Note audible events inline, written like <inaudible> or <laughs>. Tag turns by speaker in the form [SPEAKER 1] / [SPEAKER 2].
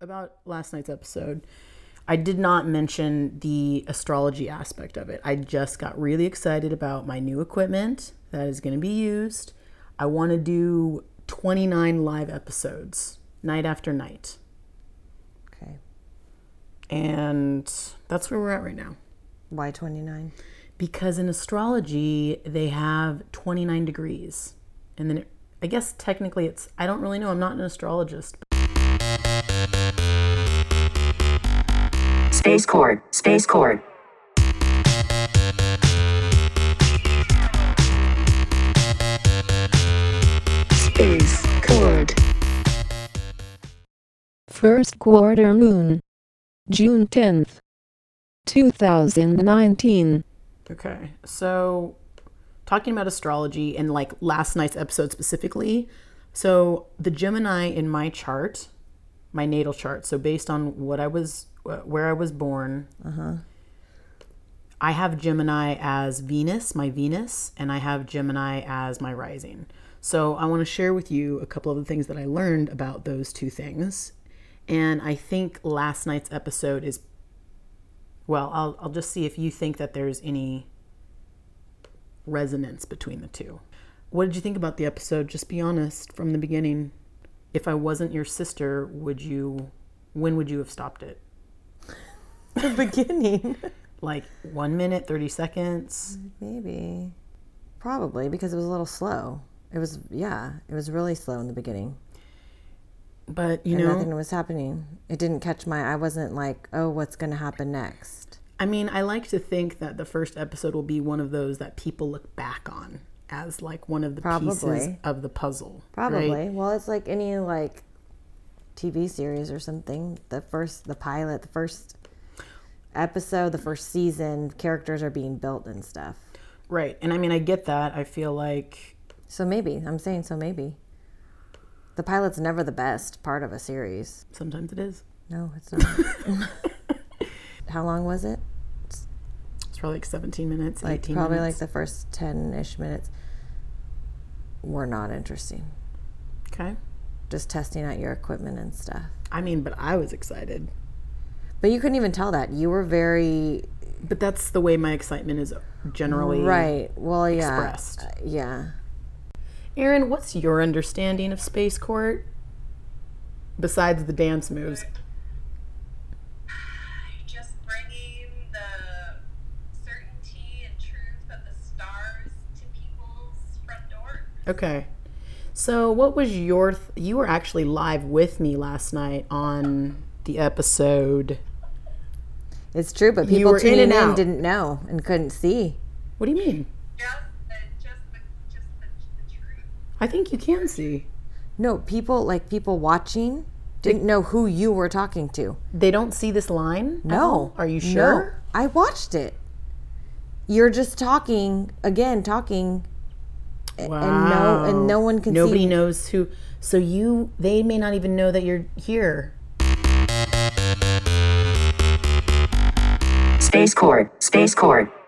[SPEAKER 1] about last night's episode, I did not mention the astrology aspect of it. I just got really excited about my new equipment that is going to be used. I want to do 29 live episodes, night after night.
[SPEAKER 2] Okay.
[SPEAKER 1] And that's where we're at right now.
[SPEAKER 2] Why 29?
[SPEAKER 1] Because in astrology, they have 29 degrees. And then it, I guess technically it's, I don't really know, I'm not an astrologist.
[SPEAKER 3] Space cord. Space cord. Space cord.
[SPEAKER 4] First quarter moon. June 10th. 2019.
[SPEAKER 1] Okay. So, talking about astrology and like last night's episode specifically. So, the Gemini in my chart, my natal chart, so based on what I was, where I was born, I have Gemini as Venus, my Venus, and I have Gemini as my rising. So, I want to share with you a couple of the things that I learned about those two things. And I think last night's episode is well, I'll, I'll just see if you think that there's any resonance between the two. What did you think about the episode? Just be honest from the beginning. If I wasn't your sister, would you, when would you have stopped it?
[SPEAKER 2] <laughs> The beginning. <laughs>
[SPEAKER 1] Like one minute, 30 seconds?
[SPEAKER 2] Mm-hmm. Maybe. Probably because it was a little slow. It was, yeah, it was really slow in the beginning.
[SPEAKER 1] But, you
[SPEAKER 2] And
[SPEAKER 1] know,
[SPEAKER 2] Nothing was happening. It didn't catch my, I wasn't like, oh, what's going to happen next?
[SPEAKER 1] I mean, I like to think that the first episode will be one of those that people look back on as like one of the pieces
[SPEAKER 2] Probably.
[SPEAKER 1] of the puzzle. right?
[SPEAKER 2] Probably. Well, it's like any like TV series or something. The first, the pilot, the first episode, the first season, characters are being built and stuff.
[SPEAKER 1] right. And I mean, I get that. I feel like
[SPEAKER 2] So maybe. I'm saying so maybe. The pilot's never the best part of a series.
[SPEAKER 1] sometimes it is.
[SPEAKER 2] No, it's not.
[SPEAKER 1] <laughs>
[SPEAKER 2] How long was it?
[SPEAKER 1] It's probably like 17 minutes,
[SPEAKER 2] Like
[SPEAKER 1] 18
[SPEAKER 2] probably
[SPEAKER 1] minutes.
[SPEAKER 2] like the first 10 ish minutes were not interesting.
[SPEAKER 1] okay.
[SPEAKER 2] Just testing out your equipment and stuff.
[SPEAKER 1] I mean, but I was excited.
[SPEAKER 2] But you couldn't even tell that. You were very
[SPEAKER 1] But that's the way my excitement is generally.
[SPEAKER 2] right. Well, yeah.
[SPEAKER 1] expressed.
[SPEAKER 2] Uh, Yeah.
[SPEAKER 1] Aaron, what's your understanding of Space Court? Besides the dance moves.
[SPEAKER 5] just bringing the certainty and truth of the stars to people's front door.
[SPEAKER 1] Okay. So, what was your. Th- you were actually live with me last night on the episode.
[SPEAKER 2] It's true, but
[SPEAKER 1] You
[SPEAKER 2] people
[SPEAKER 1] were in
[SPEAKER 2] tuning
[SPEAKER 1] and
[SPEAKER 2] in
[SPEAKER 1] out.
[SPEAKER 2] didn't know and couldn't see.
[SPEAKER 1] What do you mean?
[SPEAKER 5] Just the, just the, just the, the truth.
[SPEAKER 1] I think you can see.
[SPEAKER 2] No, people like people watching didn't know who you were talking to.
[SPEAKER 1] They don't see this line? at all?
[SPEAKER 2] No.
[SPEAKER 1] Are you
[SPEAKER 2] No.
[SPEAKER 1] sure?
[SPEAKER 2] I watched it. You're just talking again, talking, and no, and no one can
[SPEAKER 1] Nobody
[SPEAKER 2] see.
[SPEAKER 1] knows who. So, you. They may not even know that you're here.
[SPEAKER 3] Space cord. Space cord.